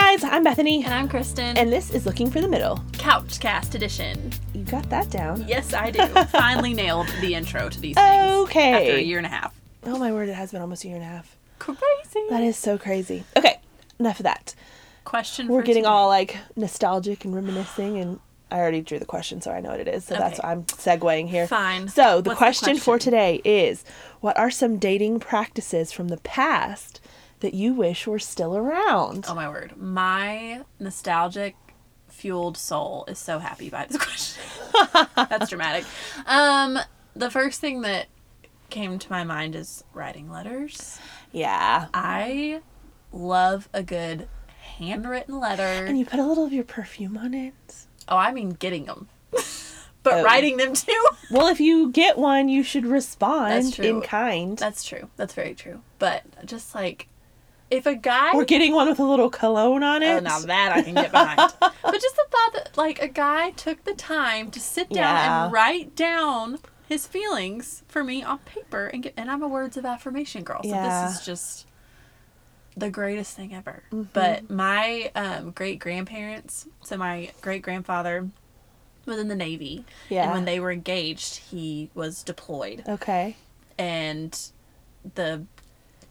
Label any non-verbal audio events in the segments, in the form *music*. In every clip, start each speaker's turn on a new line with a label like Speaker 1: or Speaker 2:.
Speaker 1: Guides. I'm Bethany.
Speaker 2: And I'm Kristen.
Speaker 1: And this is Looking for the Middle.
Speaker 2: Couchcast edition.
Speaker 1: You got that down.
Speaker 2: Yes, I do. Finally nailed the intro to these things.
Speaker 1: Okay.
Speaker 2: After a year and a half.
Speaker 1: Oh my word, it has been almost a year and a half.
Speaker 2: Crazy.
Speaker 1: That is so crazy. Okay, enough of that.
Speaker 2: Question
Speaker 1: We're
Speaker 2: for
Speaker 1: getting
Speaker 2: today.
Speaker 1: all like nostalgic and reminiscing, and I already drew the question, so I know what it is. So that's
Speaker 2: Okay.
Speaker 1: why I'm segueing here.
Speaker 2: Fine.
Speaker 1: So the
Speaker 2: What's the
Speaker 1: question for
Speaker 2: question?
Speaker 1: today is What are some dating practices from the past that you wish were still around?
Speaker 2: Oh my word. My nostalgic fueled soul is so happy by this *laughs* question. That's dramatic. Um, the first thing that came to my mind is writing letters.
Speaker 1: Yeah.
Speaker 2: I love a good handwritten letter.
Speaker 1: And you put a little of your perfume on
Speaker 2: *sighs*
Speaker 1: it.
Speaker 2: Oh, I mean getting them. *laughs* but
Speaker 1: Oh.
Speaker 2: writing them too.
Speaker 1: Well, if you get one, you should
Speaker 2: That's
Speaker 1: respond
Speaker 2: true.
Speaker 1: in kind.
Speaker 2: That's true. That's very true. But just like if a guy
Speaker 1: Or getting one with a little cologne on
Speaker 2: Oh,
Speaker 1: it.
Speaker 2: now that I can get
Speaker 1: *laughs*
Speaker 2: behind. but just the thought that like a guy took the time to sit down
Speaker 1: Yeah.
Speaker 2: and write down his feelings for me on paper and get, and I'm a words of affirmation girl. So
Speaker 1: Yeah. Mm-hmm.
Speaker 2: this is just the greatest thing ever. But my um, great grandparents, so my great grandfather was in the Navy. And
Speaker 1: Yeah.
Speaker 2: when they were engaged, he was deployed
Speaker 1: Okay.
Speaker 2: and the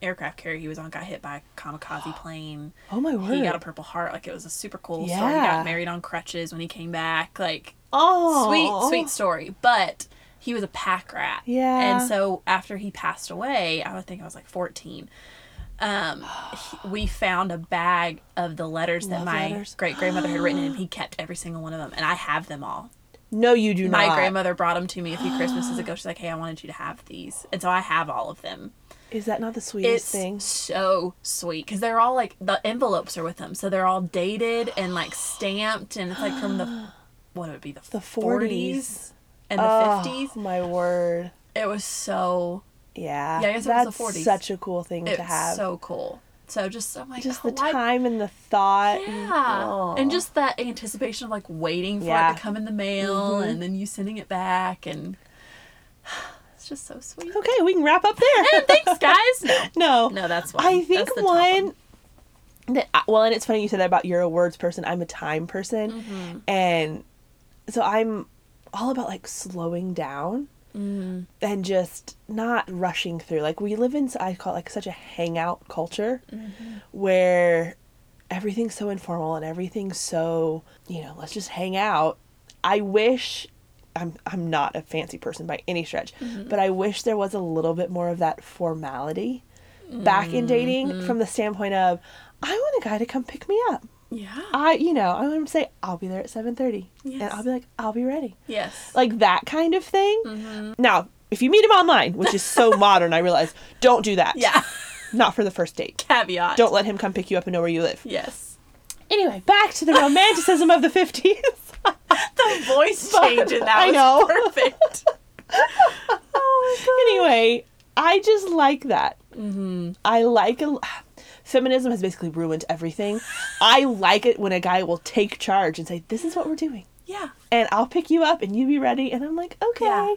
Speaker 2: aircraft carrier he was on got hit by a
Speaker 1: *gasps*
Speaker 2: kamikaze plane.
Speaker 1: Oh my word.
Speaker 2: He got a Purple Heart. Like it was a super cool story. He
Speaker 1: Yeah.
Speaker 2: got married on crutches when he came back. Like
Speaker 1: oh
Speaker 2: sweet, sweet story. But he was a pack rat.
Speaker 1: Yeah.
Speaker 2: And so after he passed away, I would think I was like fourteen. Um, he- we found a bag of the letters
Speaker 1: Love
Speaker 2: that my
Speaker 1: letters.
Speaker 2: great grandmother had
Speaker 1: *gasps*
Speaker 2: written, and he kept every single one of them, and I have them all
Speaker 1: No, you do
Speaker 2: my
Speaker 1: not.
Speaker 2: grandmother brought them to me a few Christmases ago. She's like, "Hey, I wanted you to have these," and so I have all of them.
Speaker 1: Is that not the sweetest
Speaker 2: It's
Speaker 1: thing?
Speaker 2: so sweet because they're all like the envelopes are with them, so they're all dated and like stamped, and it's like from the
Speaker 1: *gasps*
Speaker 2: what would it be the
Speaker 1: The 40s.
Speaker 2: forties and the
Speaker 1: Oh,
Speaker 2: fifties.
Speaker 1: my word.
Speaker 2: It was so
Speaker 1: Yeah.
Speaker 2: Yeah, I guess it was the
Speaker 1: That's
Speaker 2: 40s.
Speaker 1: such a cool thing
Speaker 2: it's
Speaker 1: to have.
Speaker 2: so cool. So just I'm like
Speaker 1: just the
Speaker 2: why-
Speaker 1: time and the thought. and-
Speaker 2: Yeah,
Speaker 1: Oh.
Speaker 2: and just that anticipation of like waiting for
Speaker 1: Yeah. Mm-hmm.
Speaker 2: it to come in the mail and then you sending it back, and *sighs* it's just so sweet.
Speaker 1: Okay, we can wrap up there.
Speaker 2: *laughs* And thanks, guys. No.
Speaker 1: no.
Speaker 2: No, that's one.
Speaker 1: I think
Speaker 2: That's the top
Speaker 1: one that I- well, and it's funny you said that about you're a words person. I'm a time person,
Speaker 2: Mm-hmm.
Speaker 1: and so I'm all about like slowing down
Speaker 2: Mm-hmm.
Speaker 1: and just not rushing through. Like we live in, I call it like such a hangout culture
Speaker 2: Mm-hmm.
Speaker 1: where everything's so informal and everything's so you know let's just hang out. I wish. I'm I'm not a fancy person by any stretch,
Speaker 2: Mm-hmm.
Speaker 1: but I wish there was a little bit more of that formality back
Speaker 2: Mm-hmm.
Speaker 1: in dating from the standpoint of I want a guy to come pick me up.
Speaker 2: Yeah.
Speaker 1: I you know, I want him to say I'll be there at 7:30 and
Speaker 2: Yes.
Speaker 1: I'll be like I'll be ready.
Speaker 2: Yes.
Speaker 1: Like that kind of thing.
Speaker 2: Mm-hmm.
Speaker 1: Now, if you meet him online, which is
Speaker 2: *laughs*
Speaker 1: so modern, I realize, don't do that.
Speaker 2: yeah. *laughs*
Speaker 1: Not for the first date.
Speaker 2: Caveat.
Speaker 1: Don't let him come pick you up and know where you live.
Speaker 2: Yes.
Speaker 1: Anyway, back to the romanticism of the 50s.
Speaker 2: The
Speaker 1: *laughs*
Speaker 2: voice change in that
Speaker 1: I
Speaker 2: was
Speaker 1: know. *laughs*
Speaker 2: perfect.
Speaker 1: anyway, I just like that.
Speaker 2: Mm-hmm.
Speaker 1: I like a. Feminism has basically ruined everything. I like it when a guy will take charge and say, "This is what we're doing,"
Speaker 2: Yeah.
Speaker 1: and I'll pick you up and you be ready. And I'm like, "Okay,"
Speaker 2: Yeah.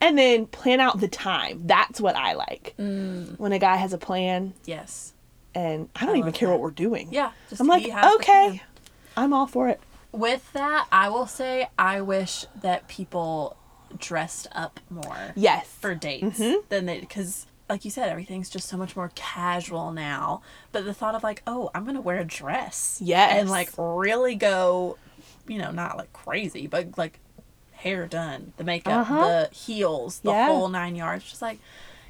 Speaker 1: and then plan out the time. That's what I like. When a guy has a plan,
Speaker 2: Yes.
Speaker 1: and I don't even
Speaker 2: Mm. love
Speaker 1: care
Speaker 2: that.
Speaker 1: what we're doing.
Speaker 2: Yeah. Just
Speaker 1: I'm like,
Speaker 2: he has the
Speaker 1: "Okay,"
Speaker 2: plan.
Speaker 1: I'm all for it.
Speaker 2: With that, I will say I wish that people dressed up more
Speaker 1: Yes.
Speaker 2: for dates
Speaker 1: Mm-hmm.
Speaker 2: than they because. Like you said, everything's just so much more casual now. But the thought of like, oh, I'm gonna wear a dress,
Speaker 1: Yes.
Speaker 2: and like really go, you know, not like crazy, but like hair done, the makeup,
Speaker 1: Uh-huh.
Speaker 2: the heels, the
Speaker 1: Yeah.
Speaker 2: whole nine yards. Just like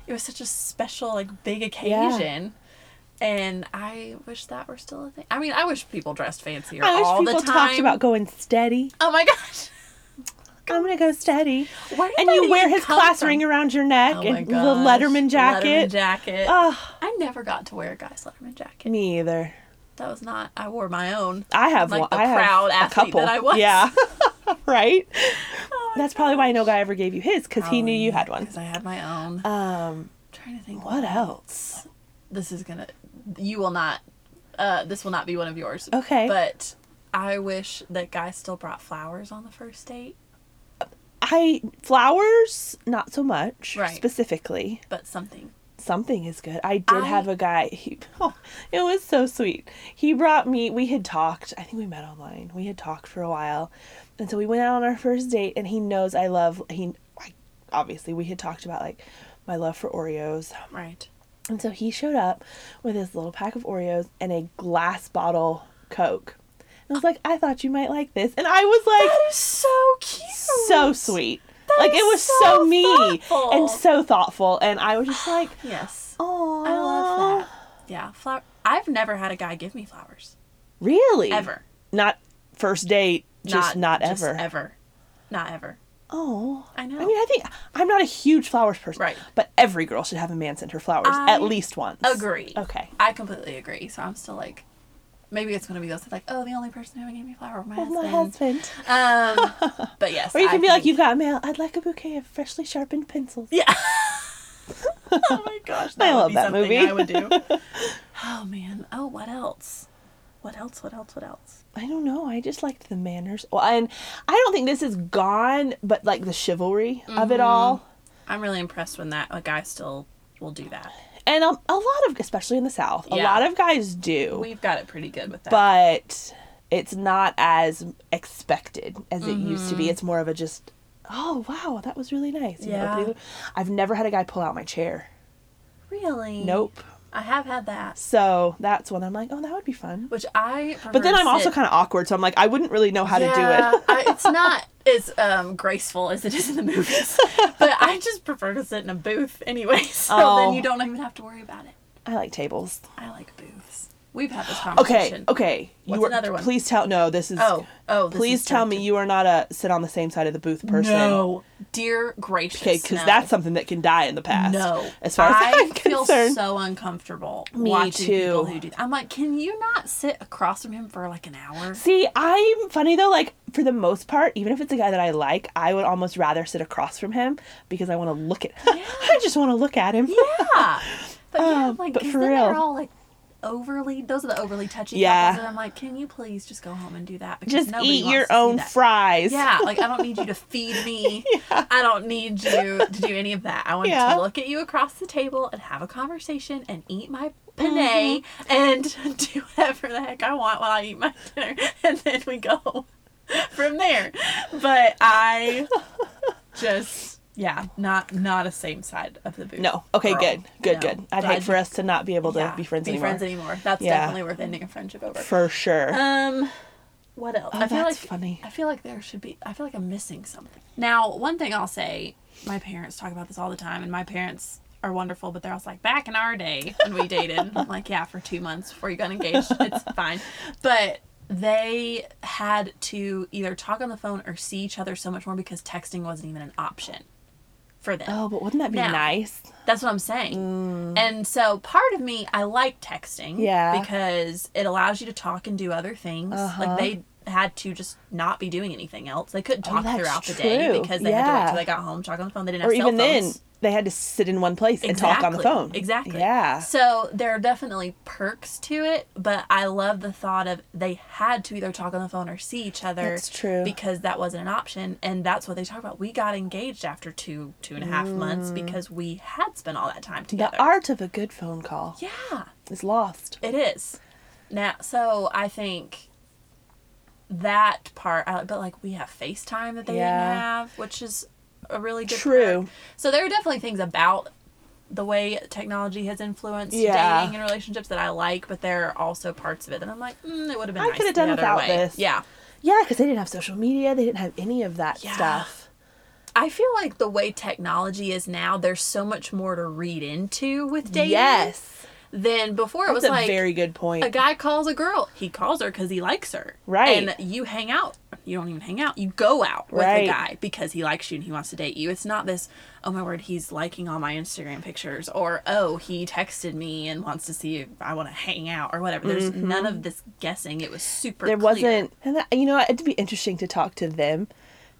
Speaker 2: it was such a special, like big occasion. And I wish that were still a thing. I mean, I wish people dressed fancier
Speaker 1: I wish
Speaker 2: all
Speaker 1: people
Speaker 2: the time.
Speaker 1: talked about going steady.
Speaker 2: oh my gosh,
Speaker 1: I'm gonna go steady.
Speaker 2: *laughs* Where did
Speaker 1: and
Speaker 2: that
Speaker 1: you wear
Speaker 2: even
Speaker 1: his
Speaker 2: come
Speaker 1: class
Speaker 2: from?
Speaker 1: ring around your neck
Speaker 2: Oh my
Speaker 1: and *laughs* the
Speaker 2: gosh,
Speaker 1: Letterman
Speaker 2: Letterman
Speaker 1: jacket.
Speaker 2: jacket.
Speaker 1: Ugh.
Speaker 2: I never got to wear a guy's Letterman jacket.
Speaker 1: Me either.
Speaker 2: That was not. I wore my own.
Speaker 1: I have
Speaker 2: Like
Speaker 1: one.
Speaker 2: the
Speaker 1: I have
Speaker 2: proud
Speaker 1: a
Speaker 2: athlete
Speaker 1: couple.
Speaker 2: that I was.
Speaker 1: Yeah. *laughs* right.
Speaker 2: *laughs* Oh my
Speaker 1: That's probably why no guy ever gave you his because he knew you had one.
Speaker 2: Because I had my own.
Speaker 1: Um.
Speaker 2: trying to think.
Speaker 1: What else?
Speaker 2: This is gonna. You will not. Uh, this will not be one of yours.
Speaker 1: Okay.
Speaker 2: But I wish that guy still brought flowers on the first date,
Speaker 1: I flowers not so much
Speaker 2: Right.
Speaker 1: specifically
Speaker 2: but something.
Speaker 1: something is good. I did
Speaker 2: I-
Speaker 1: have a guy. He, *laughs* oh, it was so sweet. He brought me. We had talked. I think we met online. We had talked for a while, and so we went out on our first date. And he knows I love. He, I, obviously, we had talked about like my love for Oreos.
Speaker 2: Right.
Speaker 1: And so he showed up with his little pack of Oreos and a glass bottle Coke. And I was like, I thought you might like this. And I was like,
Speaker 2: That is so cute.
Speaker 1: so sweet.
Speaker 2: That
Speaker 1: like it
Speaker 2: is
Speaker 1: was so,
Speaker 2: so
Speaker 1: me
Speaker 2: thoughtful.
Speaker 1: and so thoughtful. And I was just like,
Speaker 2: Yes.
Speaker 1: oh,
Speaker 2: I love that. Yeah, flower. I've never had a guy give me flowers
Speaker 1: Really?
Speaker 2: ever.
Speaker 1: Not first date. Just not,
Speaker 2: just
Speaker 1: ever.
Speaker 2: Ever. Not ever.
Speaker 1: Oh,
Speaker 2: I know.
Speaker 1: I mean, I think I'm not a huge flowers person,
Speaker 2: Right.
Speaker 1: But every girl should have a man send her flowers
Speaker 2: I
Speaker 1: at least once.
Speaker 2: Agree.
Speaker 1: Okay.
Speaker 2: I completely agree. So I'm still like, maybe it's gonna be those that like, oh, the only person who gave me a flower was my
Speaker 1: Well, my
Speaker 2: husband.
Speaker 1: husband. *laughs*
Speaker 2: Um, but yes.
Speaker 1: Or you can
Speaker 2: I
Speaker 1: be like,
Speaker 2: think-
Speaker 1: you've got mail. I'd like a bouquet of freshly sharpened pencils. *laughs*
Speaker 2: Yeah. *laughs* oh my gosh, that
Speaker 1: I
Speaker 2: would
Speaker 1: love
Speaker 2: be
Speaker 1: that
Speaker 2: something
Speaker 1: movie.
Speaker 2: I would do.
Speaker 1: *laughs*
Speaker 2: oh man. Oh, what else? What else? What else? What else?
Speaker 1: I don't know. I just liked the manners. Well, and I don't think this is gone, but like the chivalry of
Speaker 2: Mm-hmm.
Speaker 1: it all.
Speaker 2: I'm really impressed when that a guy still will do that.
Speaker 1: And um, a lot of, especially in the South, a
Speaker 2: Yeah.
Speaker 1: lot of guys do,
Speaker 2: We've got it pretty good with
Speaker 1: *laughs*
Speaker 2: that.
Speaker 1: but it's not as expected as it used
Speaker 2: Mm-hmm.
Speaker 1: to be. It's more of a just, oh, wow, that was really nice. You know,
Speaker 2: Yeah.
Speaker 1: opening- I've never had a guy pull out my chair.
Speaker 2: really?
Speaker 1: Nope.
Speaker 2: I have had that.
Speaker 1: So that's when I'm like, oh, that would be fun.
Speaker 2: Which I
Speaker 1: But then I'm also kind of awkward, so I'm like, I wouldn't really know how to do it.
Speaker 2: I, it's not as um, graceful as it is in the
Speaker 1: *laughs*
Speaker 2: movies. but I just prefer to sit in a booth anyway, *laughs* so
Speaker 1: Oh.
Speaker 2: then you don't even have to worry about it.
Speaker 1: I like tables.
Speaker 2: I like booths. We've had this
Speaker 1: Okay,
Speaker 2: conversation.
Speaker 1: okay.
Speaker 2: What's
Speaker 1: were-
Speaker 2: another one?
Speaker 1: Please tell. No, this is.
Speaker 2: Oh, oh. this
Speaker 1: please
Speaker 2: is
Speaker 1: tell me
Speaker 2: directed-
Speaker 1: you are not a sit on the same side of the booth person.
Speaker 2: No, dear gracious.
Speaker 1: Okay, because
Speaker 2: no.
Speaker 1: that's something that can die in the past.
Speaker 2: no.
Speaker 1: As far as
Speaker 2: I
Speaker 1: I'm
Speaker 2: feel
Speaker 1: concerned.
Speaker 2: so uncomfortable
Speaker 1: Me
Speaker 2: watching people
Speaker 1: too.
Speaker 2: who do. I'm like, can you not sit across from him for like an hour?
Speaker 1: See, I'm funny though. Like for the most part, even if it's a guy that I like, I would almost rather sit across from him because I want to look at. *laughs* I just want to look at him.
Speaker 2: Yeah. But yeah,
Speaker 1: Um,
Speaker 2: like,
Speaker 1: but
Speaker 2: 'cause
Speaker 1: for
Speaker 2: then they're
Speaker 1: real.
Speaker 2: all like overly, those are the overly touchy
Speaker 1: Yeah.
Speaker 2: couples. And I'm like, can you please just go home and do that?
Speaker 1: *laughs*
Speaker 2: Because
Speaker 1: Just
Speaker 2: nobody
Speaker 1: eat
Speaker 2: wants
Speaker 1: your
Speaker 2: to see
Speaker 1: own
Speaker 2: that.
Speaker 1: fries.
Speaker 2: Yeah, like I don't need you to feed
Speaker 1: *laughs*
Speaker 2: me. I don't need you to do any of that. I want
Speaker 1: Yeah.
Speaker 2: to look at you across the table and have a conversation and eat my
Speaker 1: Mm-hmm.
Speaker 2: penne and *laughs* do whatever the heck I want while I eat my dinner, *laughs* and then we go *laughs* from there. But
Speaker 1: *laughs*
Speaker 2: I just yeah, not not a same side of the booth.
Speaker 1: No. Okay.
Speaker 2: girl.
Speaker 1: Good. Good.
Speaker 2: No.
Speaker 1: Good. I'd
Speaker 2: But I
Speaker 1: hate for
Speaker 2: do-
Speaker 1: us to not be able to
Speaker 2: yeah,
Speaker 1: be friends anymore.
Speaker 2: anymore. That's
Speaker 1: Yeah.
Speaker 2: definitely worth ending a friendship over.
Speaker 1: For sure.
Speaker 2: Um, what else?
Speaker 1: Oh,
Speaker 2: I feel
Speaker 1: that's
Speaker 2: like
Speaker 1: funny.
Speaker 2: I feel like there should be. I feel like I'm missing something. Now, one thing I'll say, my parents talk about this all the time, and my parents are wonderful, but they're also like, back in our day when we dated,
Speaker 1: *laughs*
Speaker 2: I'm like, yeah, for two months before you got engaged, it's fine. But they had to either talk on the phone or see each other so much more because texting wasn't even an option for them.
Speaker 1: oh, but wouldn't that be
Speaker 2: Now.
Speaker 1: nice?
Speaker 2: That's what I'm saying. And so part of me, I like texting.
Speaker 1: Mm. Yeah.
Speaker 2: Because it allows you to talk and do other things.
Speaker 1: Uh-huh.
Speaker 2: Like they had to just not be doing anything else. They couldn't
Speaker 1: Oh,
Speaker 2: talk
Speaker 1: that's
Speaker 2: throughout the day
Speaker 1: true.
Speaker 2: because they had to wait
Speaker 1: Yeah.
Speaker 2: till they got home, talk on the phone. They didn't
Speaker 1: Or
Speaker 2: have cell
Speaker 1: even then,
Speaker 2: phones.
Speaker 1: they had to sit in one place and talk on the phone.
Speaker 2: Exactly.
Speaker 1: Yeah.
Speaker 2: So there are definitely perks to it, but I love the thought of they had to either talk on the phone or see each other.
Speaker 1: That's true.
Speaker 2: Because that wasn't an option, and that's what they talk about. We got engaged after two two and a half months because we had spent all that time
Speaker 1: Mm.
Speaker 2: together.
Speaker 1: The art of a good phone call
Speaker 2: Yeah,
Speaker 1: is lost.
Speaker 2: it is. Now, so I think that part, I, but like we have FaceTime that they
Speaker 1: Yeah.
Speaker 2: didn't have, which is a really good
Speaker 1: True.
Speaker 2: perk. So there are definitely things about the way technology has influenced
Speaker 1: Yeah.
Speaker 2: dating and relationships that I like, but there are also parts of it that I'm like, mm, it would have been.
Speaker 1: I
Speaker 2: nice
Speaker 1: could have
Speaker 2: the
Speaker 1: done
Speaker 2: other
Speaker 1: without
Speaker 2: way.
Speaker 1: this.
Speaker 2: Yeah.
Speaker 1: Yeah, because they didn't have social media. They didn't have any of that
Speaker 2: Yeah.
Speaker 1: stuff.
Speaker 2: I feel like the way technology is now, there's so much more to read into with dating
Speaker 1: Yes.
Speaker 2: than before. it
Speaker 1: That's
Speaker 2: was
Speaker 1: a
Speaker 2: like
Speaker 1: very good point.
Speaker 2: a guy calls a girl he calls her because he likes her
Speaker 1: Right.
Speaker 2: and you hang out you don't even hang out you go out with
Speaker 1: Right.
Speaker 2: a guy because he likes you and he wants to date you it's not this oh my word he's liking all my instagram pictures or oh he texted me and wants to see if i want to hang out or whatever there's none of this guessing it was super
Speaker 1: there
Speaker 2: clear.
Speaker 1: wasn't, and that, you know, it'd be interesting to talk to them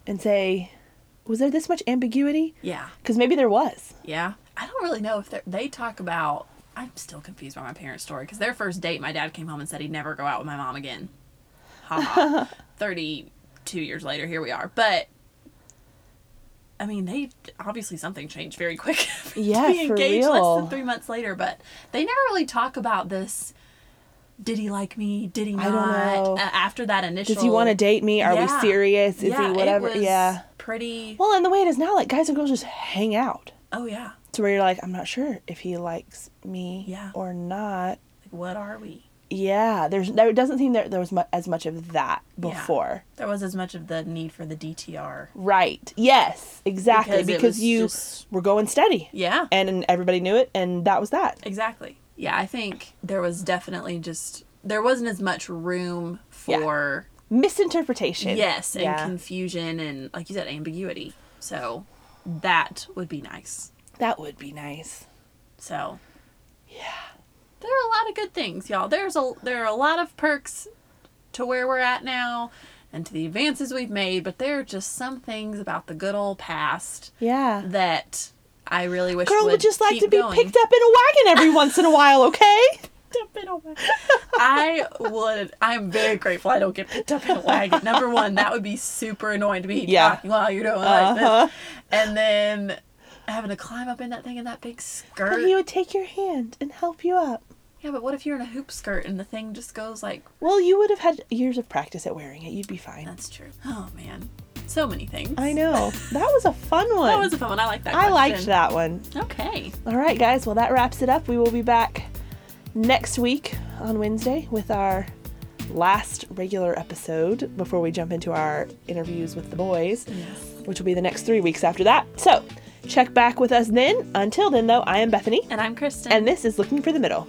Speaker 1: and say, was there this much ambiguity?
Speaker 2: yeah
Speaker 1: Because maybe there was.
Speaker 2: Yeah. I don't really know if they're- they talk about. I'm still confused by my parents' story because their first date, my dad came home and said he'd never go out with my mom again.
Speaker 1: *laughs*
Speaker 2: Ha ha. 32 years later, here we are. But I mean, they obviously something changed very quick. *laughs*
Speaker 1: Yeah,
Speaker 2: to
Speaker 1: for
Speaker 2: be engaged less
Speaker 1: real.
Speaker 2: than three months later, but they never really talk about this. Did he like me? Did he not?
Speaker 1: I don't know.
Speaker 2: A- after that initial,
Speaker 1: Does he want to date me? Are
Speaker 2: Yeah.
Speaker 1: we serious? Is
Speaker 2: yeah,
Speaker 1: he whatever?
Speaker 2: It was
Speaker 1: Yeah.
Speaker 2: pretty.
Speaker 1: Well, and the way it is now, like guys and girls just hang out
Speaker 2: Oh yeah,
Speaker 1: to where you're like, I'm not sure if he likes me
Speaker 2: Yeah.
Speaker 1: or not.
Speaker 2: like what are we?
Speaker 1: Yeah, there's there doesn't seem there there was mu- as much of that before.
Speaker 2: There was as much of the need for the DTR.
Speaker 1: Right. Yes. Exactly.
Speaker 2: Because it
Speaker 1: Because,
Speaker 2: was
Speaker 1: you
Speaker 2: just-
Speaker 1: were going steady.
Speaker 2: Yeah,
Speaker 1: And, and everybody knew it, and that was that.
Speaker 2: exactly. Yeah, I think there was definitely just there wasn't as much room for.
Speaker 1: Misinterpretation.
Speaker 2: Yes, and
Speaker 1: Yeah.
Speaker 2: confusion and like you said, ambiguity. So that would be nice.
Speaker 1: that would be nice.
Speaker 2: So yeah, there are a lot of good things, y'all. There's a there are a lot of perks to where we're at now and to the advances we've made, but there are just some things about the good old past
Speaker 1: Yeah.
Speaker 2: that I really wish
Speaker 1: Girl would just like to be picked up in a wagon every once in a while, okay?
Speaker 2: *laughs* I would. I'm very grateful I don't get picked up in a wagon. Number one, that would be super annoying to be
Speaker 1: Yeah.
Speaker 2: talking while you're doing
Speaker 1: Uh-huh.
Speaker 2: like this, and then having to climb up in that thing in that big
Speaker 1: *laughs*
Speaker 2: skirt.
Speaker 1: But he would take your hand and help you up.
Speaker 2: yeah, but what if you're in a hoop skirt and the thing just goes like?
Speaker 1: Well, you would have had years of practice at wearing it. You'd be fine.
Speaker 2: That's true. Oh man, so many things.
Speaker 1: I know. That was a fun one.
Speaker 2: That was a fun one. I like that.
Speaker 1: I liked
Speaker 2: question.
Speaker 1: that one.
Speaker 2: Okay.
Speaker 1: All right, guys. Well, that wraps it up. We will be back next week on Wednesday with our last regular episode before we jump into our interviews with the boys, which will be the next three weeks after that. So check back with us then. Until then, though, I am Bethany,
Speaker 2: And I'm Kristen.
Speaker 1: and this is Looking for the Middle.